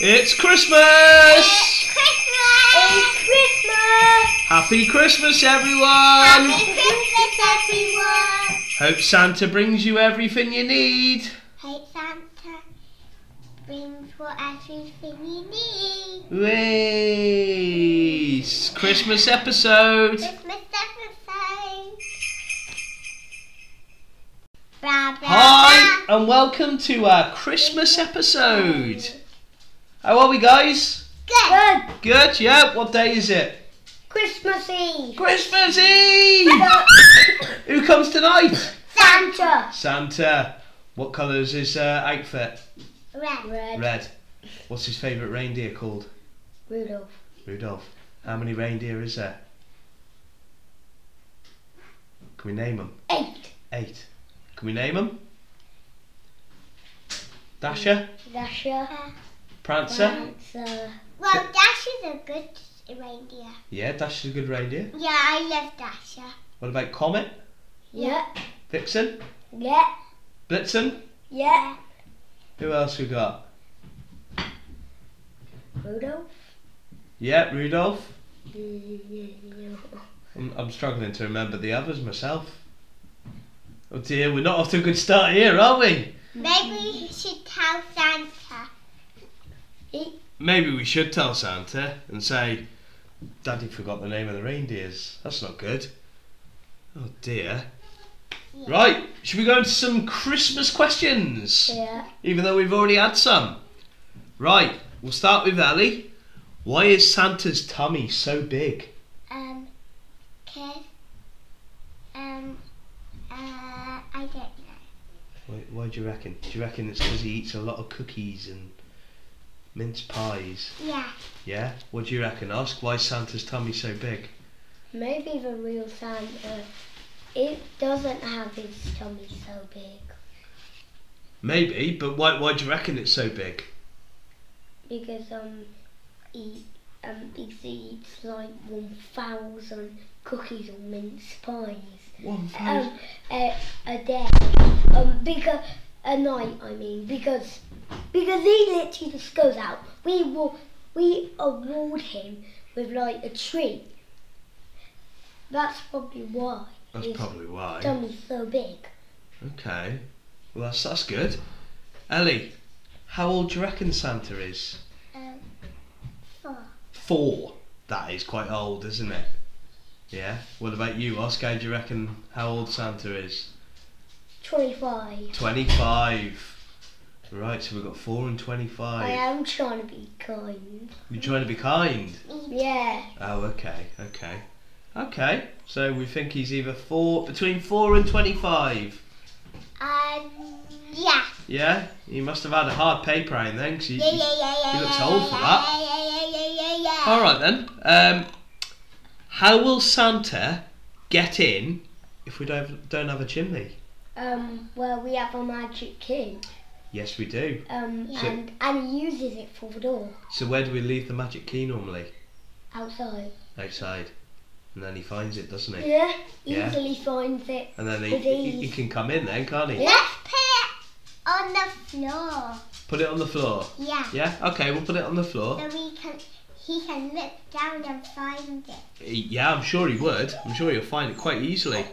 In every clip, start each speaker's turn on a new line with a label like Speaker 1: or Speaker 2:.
Speaker 1: It's Christmas!
Speaker 2: It's Christmas!
Speaker 1: Happy Christmas,
Speaker 2: Happy
Speaker 1: everyone!
Speaker 2: Christmas, everyone!
Speaker 1: Hope Santa brings you everything you need.
Speaker 2: Hey, Santa, bring for everything you need.
Speaker 1: Whee! Christmas episode.
Speaker 2: Christmas episode! Blah, blah,
Speaker 1: Hi,
Speaker 2: blah.
Speaker 1: and welcome to our Christmas episode. How are we, guys?
Speaker 2: Good!
Speaker 1: Good, yeah. What day is it?
Speaker 2: Christmas Eve!
Speaker 1: Christmas Eve! Who comes tonight?
Speaker 2: Santa!
Speaker 1: Santa. What colour is his uh, outfit?
Speaker 2: Red. Red.
Speaker 1: Red. What's his favourite reindeer called?
Speaker 2: Rudolph.
Speaker 1: Rudolph, how many reindeer is there? Can we name them?
Speaker 2: Eight.
Speaker 1: Eight. Can we name them? Dasher,
Speaker 2: Dasher.
Speaker 3: um,
Speaker 1: Prancer.
Speaker 2: Well, Dasher's a good reindeer.
Speaker 1: Yeah, Dasher's a good reindeer.
Speaker 2: Yeah, I love Dasher.
Speaker 1: What about Comet,
Speaker 2: Yeah.
Speaker 1: Vixen,
Speaker 2: Yeah.
Speaker 1: Blitzen?
Speaker 2: Yeah.
Speaker 1: Who else we got?
Speaker 3: Rudolph?
Speaker 1: Yeah, Rudolph.
Speaker 3: Santa
Speaker 1: I'm, I'm struggling to remember the others myself. Oh dear, we're not off to a good start here, are we?
Speaker 2: Maybe we should tell Santa.
Speaker 1: Maybe we should tell Santa and say, Daddy forgot the name of the reindeers. That's not good. Oh dear. Right, should we go into some Christmas questions?
Speaker 3: Yeah.
Speaker 1: Even though we've already had some. Right, we'll start with Ellie. Why is Santa's tummy so big?
Speaker 2: Um, kid. Um, uh, I don't know.
Speaker 1: Why, why do you reckon? Do you reckon it's because he eats a lot of cookies and mince pies?
Speaker 2: Yeah.
Speaker 1: Yeah? What do you reckon? Ask why Santa's tummy so big.
Speaker 3: Maybe the real Santa it doesn't have his tummy so big
Speaker 1: Maybe, but why, why do you reckon it's so big?
Speaker 3: because um he um he eats like one thousand cookies or mince pies
Speaker 1: One
Speaker 3: um a, a day um because a night I mean because because he literally just goes out we will we award him with like a tree that's probably why
Speaker 1: That's
Speaker 3: is-
Speaker 1: probably why.
Speaker 3: tummy's so big.
Speaker 1: Okay. Well, that's, that's good. Ellie, how old do you reckon Santa is?
Speaker 2: Um, four.
Speaker 1: Four. That is quite old, isn't it? Yeah. What about you, Oscar? Do you reckon how old Santa is?
Speaker 3: 25.
Speaker 1: 25. Right, so we've got four and 25.
Speaker 3: I am trying to be kind.
Speaker 1: You're trying to be kind.
Speaker 3: Yeah.
Speaker 1: Oh, okay, okay. Okay, so we think he's either four, between four and 25.
Speaker 2: Um, yeah.
Speaker 1: Yeah? He must have had a hard paper round then, 'cause he-
Speaker 2: Yeah, yeah, yeah, yeah.
Speaker 1: he looks
Speaker 2: yeah,
Speaker 1: old
Speaker 2: yeah,
Speaker 1: for
Speaker 2: yeah,
Speaker 1: that.
Speaker 2: Yeah, yeah, yeah, yeah, yeah.
Speaker 1: All right then. Um, how will Santa get in if we don't don't have a chimney?
Speaker 3: Um, well, we have a magic key.
Speaker 1: Yes, we do.
Speaker 3: Um,
Speaker 1: So-
Speaker 3: and, and he uses it for the door
Speaker 1: So where do we leave the magic key normally?
Speaker 3: outside.
Speaker 1: Outside, and then he finds it, doesn't he?
Speaker 3: Yeah.
Speaker 1: Yeah.
Speaker 3: Easily finds it.
Speaker 1: And then he, he, he can come in then, can't he?
Speaker 2: Let's put it on the floor.
Speaker 1: Put it on the floor.
Speaker 2: Yeah.
Speaker 1: Yeah. Okay, we'll put it on the floor.
Speaker 2: So we can, he can look down and find it.
Speaker 1: He- Yeah, I'm sure he would. I'm sure he'll find it quite easily.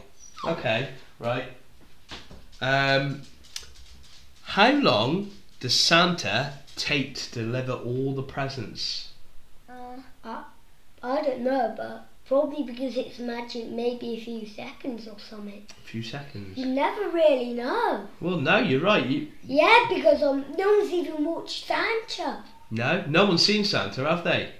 Speaker 1: Okay. Right. Um. How long does Santa take to deliver all the presents?
Speaker 2: Uh,
Speaker 3: I don't know, but probably because it's magic, maybe a few seconds or something.
Speaker 1: few seconds.
Speaker 3: You never really know.
Speaker 1: Well, no, you're right. You,
Speaker 3: Yeah, because um, no one's even watched Santa.
Speaker 1: no, no one's seen Santa, have they?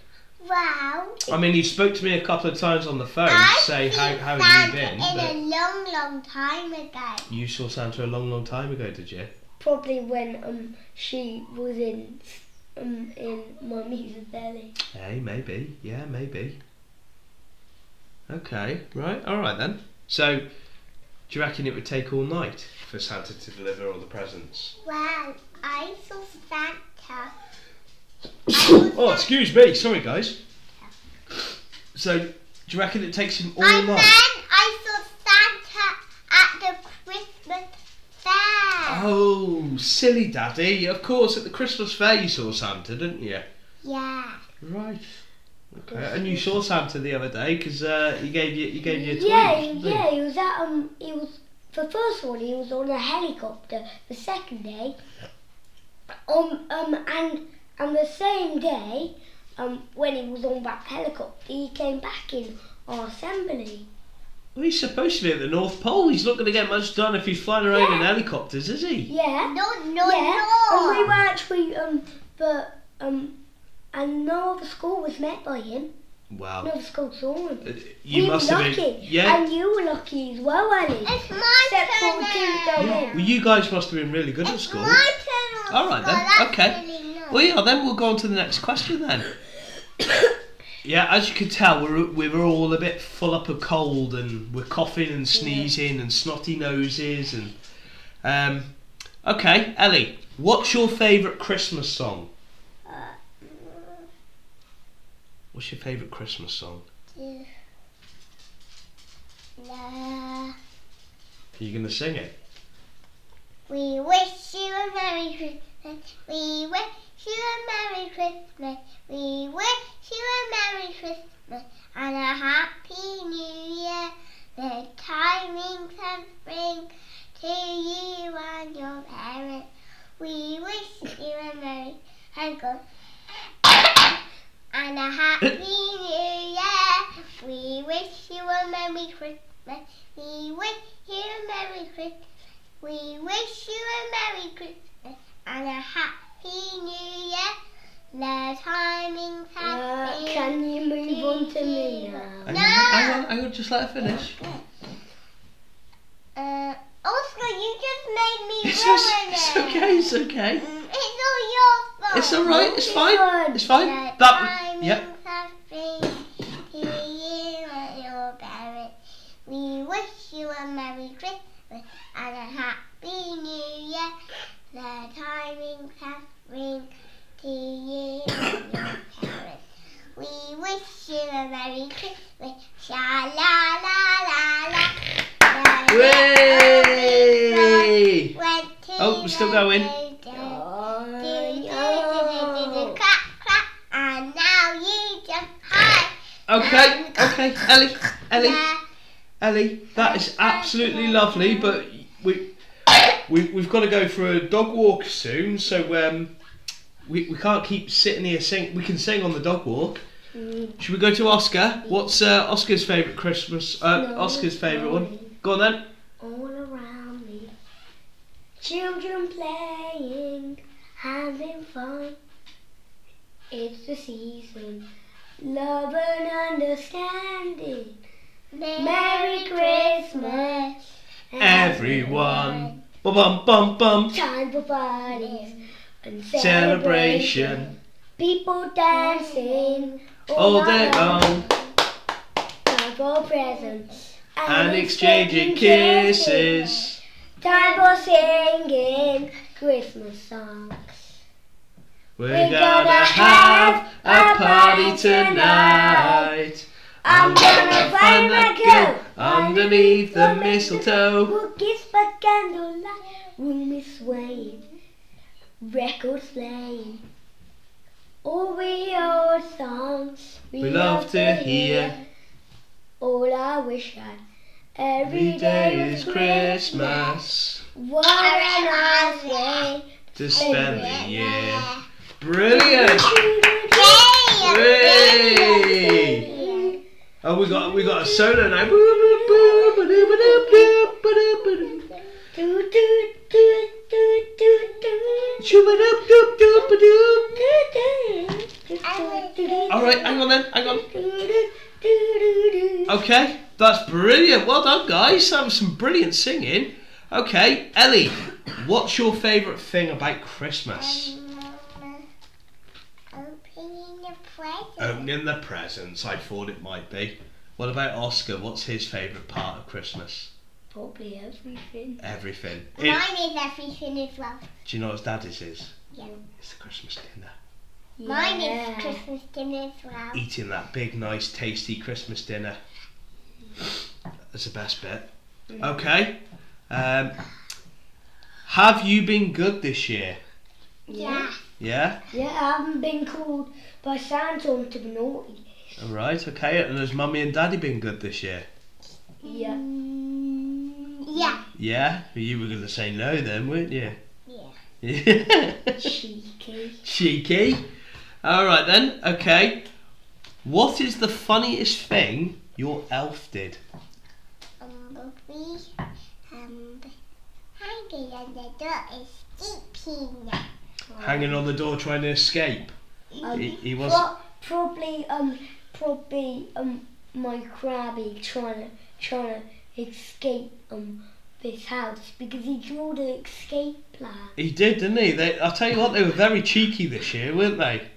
Speaker 2: wow.
Speaker 1: I mean, you spoke to me a couple of times on the phone to
Speaker 2: I've
Speaker 1: say
Speaker 2: seen
Speaker 1: how, how have you
Speaker 2: Santa
Speaker 1: been,
Speaker 2: In a
Speaker 1: but
Speaker 2: long, long time ago.
Speaker 1: you saw Santa a long, long time ago, did you?
Speaker 3: Probably when um she was in um in mummy's belly.
Speaker 1: Hey, maybe. Yeah, maybe. Okay, right, all right then. So, do you reckon it would take all night for Santa to deliver all the presents?
Speaker 2: Wow, I saw Santa. I saw
Speaker 1: Oh,
Speaker 2: Santa.
Speaker 1: excuse me. Sorry, guys. So, do you reckon it takes him all
Speaker 2: And then
Speaker 1: night?
Speaker 2: I saw Santa at the Christmas fair.
Speaker 1: Oh, You silly daddy. Of course, at the Christmas fair you saw Santa, didn't you?
Speaker 2: Yeah.
Speaker 1: Right. Okay. And you saw Santa the other day because uh, he gave you he gave you a toy.
Speaker 3: yeah,
Speaker 1: didn't he?
Speaker 3: yeah, he was at um, he was the first one. He was on a helicopter. The second day, um, um, and and the same day, um, when he was on that helicopter, he came back in our assembly.
Speaker 1: Well, he's supposed to be at the North Pole. He's not going to get much done if he's flying around in
Speaker 3: Yeah.
Speaker 1: helicopters, is he?
Speaker 3: Yeah,
Speaker 2: No, no,
Speaker 3: yeah. And we
Speaker 2: no.
Speaker 3: were actually um, but um, and no other school was met by him.
Speaker 1: Wow.
Speaker 3: No other school saw him.
Speaker 1: Uh, You
Speaker 3: we
Speaker 1: must
Speaker 3: were
Speaker 1: have
Speaker 3: lucky,
Speaker 1: been. Yeah.
Speaker 3: and you were lucky as well, Ellie.
Speaker 2: It's my
Speaker 3: Except for the
Speaker 2: turn.
Speaker 3: kids
Speaker 2: now.
Speaker 3: down
Speaker 1: Well, you guys must have been really good at
Speaker 2: It's
Speaker 1: school.
Speaker 2: my turn.
Speaker 1: All right then,
Speaker 2: That's
Speaker 1: okay.
Speaker 2: Really nice.
Speaker 1: Well, yeah. Then we'll go on to the next question then. Yeah, as you can tell, we're we were all a bit full up of cold, and we're coughing and sneezing and snotty noses and. Um, okay, Ellie, what's your favourite Christmas song?
Speaker 2: Uh,
Speaker 1: What's your favourite Christmas song?
Speaker 2: Two. La-
Speaker 1: Are you gonna sing it?
Speaker 2: We wish you a Merry Christmas. We wish you a Merry Christmas. We wish you a Merry Christmas and a Happy New Year. The timings and spring to you and your parents. We wish you a Merry Christmas and a Happy New Year. We wish you a Merry Christmas. We wish you a Merry Christmas. We wish you a Merry Christmas and a Happy New Year. The timing's
Speaker 3: Uh,
Speaker 2: happy.
Speaker 3: can you move on to me now?
Speaker 1: Hang
Speaker 2: No.
Speaker 1: on, hang on, hang on, just let her finish.
Speaker 2: Uh, Oscar, you just made me
Speaker 1: It's,
Speaker 2: ruin
Speaker 1: just- it's
Speaker 2: it.
Speaker 1: okay, it's okay.
Speaker 2: Mm, It's all your fault.
Speaker 1: It's alright, it's
Speaker 3: It's
Speaker 1: fine,
Speaker 3: fine.
Speaker 1: it's
Speaker 2: The
Speaker 1: fine. That,
Speaker 2: timing's
Speaker 1: yep.
Speaker 2: happy. Here you are, your parents. We wish you a Merry Christmas and a Happy New Year. The timing's happy. To you and your parents. We wish you a Merry Christmas. Sha la la la la. The Christmas
Speaker 1: Way!
Speaker 2: went to
Speaker 1: Oh, we're still
Speaker 2: the
Speaker 1: going.
Speaker 2: children.
Speaker 3: Oh,
Speaker 2: Clap, clap, and now you jump high.
Speaker 1: Okay, okay, Ellie, Ellie,
Speaker 2: Yeah.
Speaker 1: Ellie, that is absolutely lovely, but we, we we've got to go for a dog walk soon, so um, we, we can't keep sitting here sing. We can sing on the dog walk.
Speaker 3: Mm.
Speaker 1: Should we go to Oscar? What's uh, Oscar's favourite Christmas? Uh,
Speaker 3: No,
Speaker 1: Oscar's
Speaker 3: it's
Speaker 1: favourite one.
Speaker 3: mine.
Speaker 1: Go on then.
Speaker 3: All around me, children playing, having fun. It's the season, love and understanding. Merry Christmas,
Speaker 1: Everyone. Bum bum bum bum.
Speaker 3: Time for parties and celebration.
Speaker 1: Celebration
Speaker 3: People dancing all,
Speaker 1: all day
Speaker 3: night
Speaker 1: long
Speaker 3: Time for presents
Speaker 1: and exchanging kisses.
Speaker 3: Time for singing Christmas songs.
Speaker 1: We're gonna have a party tonight.
Speaker 3: I'm gonna find my girl
Speaker 1: underneath the mistletoe.
Speaker 3: We'll kiss by candlelight, room is swaying, records playing. All we old songs we,
Speaker 1: We love to hear.
Speaker 3: All I wish I
Speaker 1: Every day is Christmas
Speaker 3: What a nice way
Speaker 1: to spend the year.
Speaker 2: Yeah.
Speaker 1: Brilliant! Hey!
Speaker 2: Yeah.
Speaker 1: Oh, we got we got a solo now.
Speaker 3: Do, do, do, do, do, do.
Speaker 1: All right, um, hang on then, hang on. Okay, that's brilliant. Well done, guys. That was some brilliant singing. Okay, Ellie, what's your favourite thing about Christmas?
Speaker 2: Um, opening the present.
Speaker 1: Opening the presents. I thought it might be. What about Oscar? What's his favourite part of Christmas?
Speaker 3: Probably everything.
Speaker 1: Everything. It-
Speaker 2: Mine is everything as well.
Speaker 1: do you know what daddy's is?
Speaker 2: Yeah.
Speaker 1: It's the Christmas dinner.
Speaker 2: Mine
Speaker 3: Yeah.
Speaker 2: is Christmas dinner as well.
Speaker 1: Eating that big, nice, tasty Christmas dinner. That's the best bit. Okay. Um, Have you been good this year?
Speaker 2: Yeah.
Speaker 1: Yeah?
Speaker 3: Yeah, I haven't been called by Santa on to be naughty.
Speaker 1: Alright, okay. And has mummy and daddy been good this year?
Speaker 3: Yeah.
Speaker 2: Mm, yeah.
Speaker 1: Yeah? Well, You were going to say no then, weren't you?
Speaker 2: Yeah.
Speaker 1: Yeah.
Speaker 3: Cheeky.
Speaker 1: Cheeky. Alright then, okay. What is the funniest thing your elf did?
Speaker 2: Bumblebee. Um, hanging on the door is sleeping.
Speaker 1: Hanging on the door trying to escape.
Speaker 3: Um,
Speaker 1: He, he was.
Speaker 3: Pro- probably um probably um my crabby trying to trying to escape um this house because he drew the escape plan.
Speaker 1: He did, didn't he? They, I'll tell you what, they were very cheeky this year, weren't they?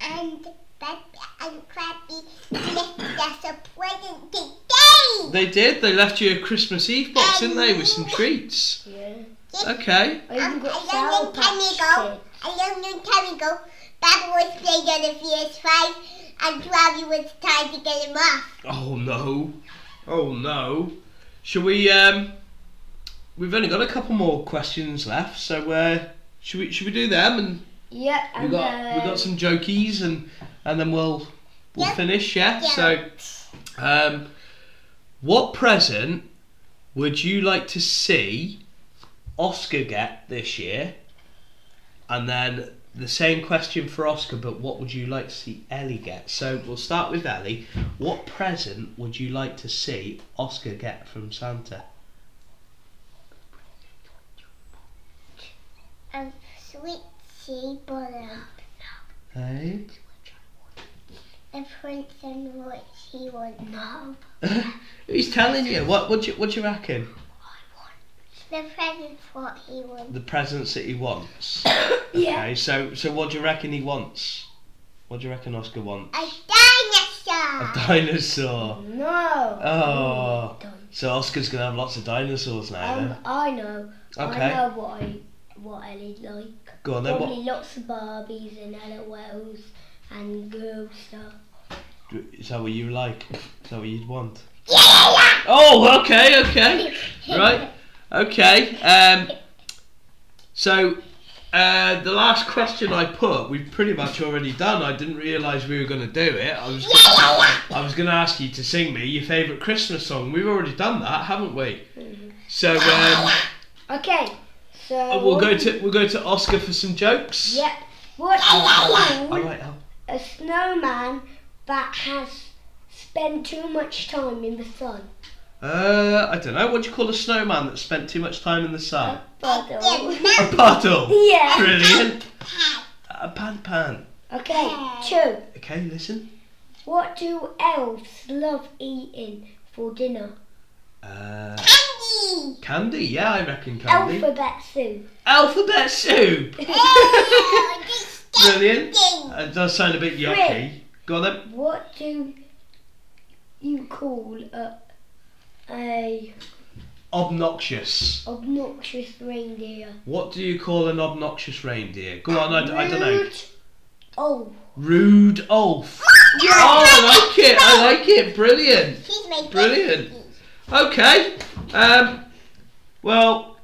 Speaker 2: And Bubby and Crabby left us a present today.
Speaker 1: They did. They left you a Christmas Eve box, didn't they, with some treats?
Speaker 3: Yeah.
Speaker 1: Okay.
Speaker 3: I even got Sour
Speaker 2: Um, and then
Speaker 3: Patch
Speaker 2: Tammy
Speaker 3: Kids.
Speaker 2: A long, long time ago, Baba was playing on the PS5 and Robbie was trying to get him off.
Speaker 1: Oh no. Oh no. Shall we? Um, we've only got a couple more questions left, so uh, should we? Should we do them? And
Speaker 3: Yeah,
Speaker 1: we
Speaker 3: and
Speaker 1: got we
Speaker 3: uh,
Speaker 1: got some jokies, and and then we'll we'll
Speaker 2: Yeah.
Speaker 1: finish. Yeah.
Speaker 2: Yeah.
Speaker 1: So, um, what present would you like to see Oscar get this year? And then the same question for Oscar, but what would you like to see Ellie get? So we'll start with Ellie. What present would you like to see Oscar get from Santa?
Speaker 2: Um, sweet sea bottom.
Speaker 1: Hey.
Speaker 2: The prince and what he would know.
Speaker 1: Who's telling you? What what do you, what do you reckon?
Speaker 2: The present what he would.
Speaker 1: The presents that he wants.
Speaker 3: yeah.
Speaker 1: Okay, so so what do you reckon he wants? What do you reckon Oscar wants?
Speaker 2: A
Speaker 1: A
Speaker 2: dinosaur!
Speaker 1: dinosaur.
Speaker 3: No.
Speaker 1: Oh.
Speaker 3: Done.
Speaker 1: So Oscar's gonna have lots of dinosaurs now.
Speaker 3: Um,
Speaker 1: then.
Speaker 3: I know. I
Speaker 1: Okay.
Speaker 3: know what I what Ellie like.
Speaker 1: Go on then. What,
Speaker 3: Probably lots of Barbies and LOLs and girl stuff.
Speaker 1: is that what you like? Is that what you'd want?
Speaker 2: Yeah, yeah,
Speaker 1: Oh, okay, okay,
Speaker 2: yeah!
Speaker 1: right, okay. Um, so uh, the last question I put, we've pretty much already done. I didn't realise we were gonna do it. I was
Speaker 2: Yeah, yeah, yeah!
Speaker 1: I was gonna ask you to sing me your favourite Christmas song. We've already done that, haven't we?
Speaker 2: Mm-hmm.
Speaker 1: So um,
Speaker 3: Okay, so
Speaker 1: we'll go to we'll go to Oscar for some jokes.
Speaker 3: Yep. What is
Speaker 1: All
Speaker 3: called
Speaker 1: right, Al.
Speaker 3: a snowman that has spent too much time in the sun?
Speaker 1: Uh, I don't know. What do you call a snowman that spent too much time in the sun?
Speaker 3: Puddle.
Speaker 1: A puddle.
Speaker 3: yeah.
Speaker 1: Brilliant. A pan pan.
Speaker 3: Okay. Two.
Speaker 1: Okay, listen.
Speaker 3: What do elves love eating for dinner?
Speaker 1: Uh,
Speaker 2: Candy!
Speaker 1: candy. Yeah, I reckon candy.
Speaker 3: Alphabet soup.
Speaker 1: Alphabet soup.
Speaker 2: Oh, disgusting!
Speaker 1: Brilliant. It does sound a bit yucky. Go on then.
Speaker 3: What do you call a, a
Speaker 1: Obnoxious.
Speaker 3: obnoxious reindeer?
Speaker 1: What do you call an obnoxious reindeer? Go on. Oh, I, don't know.
Speaker 3: Rude. Oh,
Speaker 1: Rude Ulf. Oh, I like it. I like it. Brilliant.
Speaker 2: He's my
Speaker 1: Brilliant.
Speaker 2: bestie.
Speaker 1: Okay. Um, well,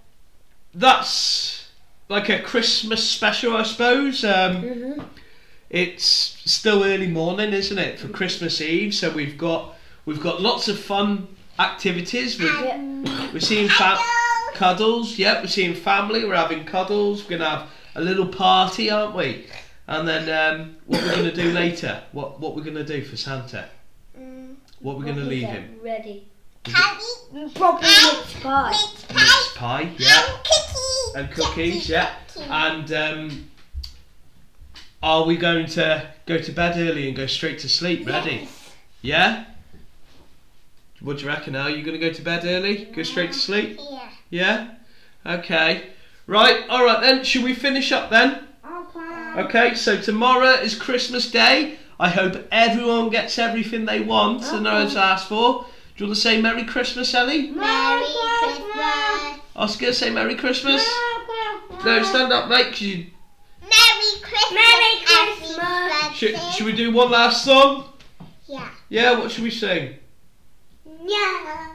Speaker 1: that's like a Christmas special, I suppose. Um,
Speaker 3: hmm
Speaker 1: it's still early morning, isn't it, for Christmas Eve? So we've got we've got lots of fun activities. We're,
Speaker 3: yeah.
Speaker 1: we're seeing fa-
Speaker 2: Hello!
Speaker 1: cuddles. Yep, we're seeing family. We're having cuddles. We're gonna have a little party, aren't we? And then um, what we're gonna do later? What what we're gonna do for Santa?
Speaker 2: Mm,
Speaker 1: What we're gonna
Speaker 3: Probably
Speaker 1: leave
Speaker 3: get
Speaker 1: him?
Speaker 3: Ready.
Speaker 2: Caddy,
Speaker 3: Probably mince pie.
Speaker 2: mince pie,
Speaker 1: Mince pie. Yeah.
Speaker 2: and cookies!
Speaker 1: and cookies, yeah.
Speaker 2: E.
Speaker 1: And um, are we going to go to bed early and go straight to sleep? Ready? Yeah. What do you reckon? Al? Are you going to go to bed early? Go straight to sleep?
Speaker 2: Yeah.
Speaker 1: Yeah. Okay. Right. All right then. Should we finish up then?
Speaker 2: Okay.
Speaker 1: Okay. So tomorrow is Christmas Day. I hope everyone gets everything they want and has asked for. Do you want to say Merry Christmas, Ellie?
Speaker 2: Merry Christmas!
Speaker 1: Oscar, say Merry Christmas. No, stand up, mate. 'cause you
Speaker 2: Merry Christmas!
Speaker 3: Merry
Speaker 2: everybody.
Speaker 1: Should, should we do one last song?
Speaker 2: Yeah.
Speaker 1: Yeah, what should we sing?
Speaker 2: Yeah.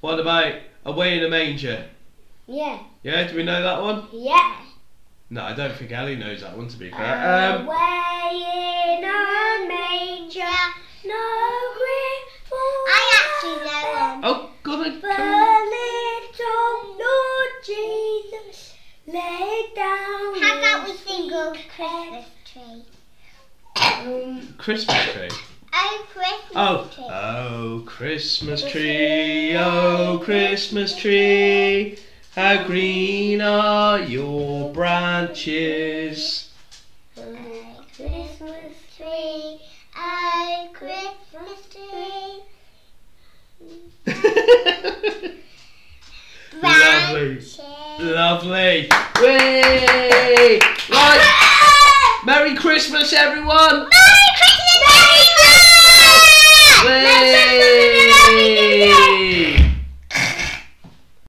Speaker 1: What about Away in a Manger?
Speaker 3: Yeah.
Speaker 1: Yeah, do we know that one?
Speaker 3: Yeah.
Speaker 1: No, I don't think Ellie knows that one to be fair. Um,
Speaker 3: Away in a manger, no grief for
Speaker 2: I actually know one.
Speaker 1: oh, God, I
Speaker 3: The
Speaker 1: can't-
Speaker 3: little Lord Jesus laid down.
Speaker 2: How about we
Speaker 3: his
Speaker 2: sing of
Speaker 3: secret-
Speaker 2: Christmas tree?
Speaker 3: Um,
Speaker 1: Christmas tree.
Speaker 2: Oh, Christmas
Speaker 1: Oh.
Speaker 2: tree.
Speaker 1: Oh, Christmas tree, oh, Christmas tree, how green are your branches. Uh,
Speaker 3: um,
Speaker 2: Oh, Christmas tree, oh Christmas tree,
Speaker 1: Lovely.
Speaker 2: branches.
Speaker 1: Lovely. Whee! Right. Merry Christmas, everyone.
Speaker 2: Merry Christmas! Merry Christmas!
Speaker 1: Whee!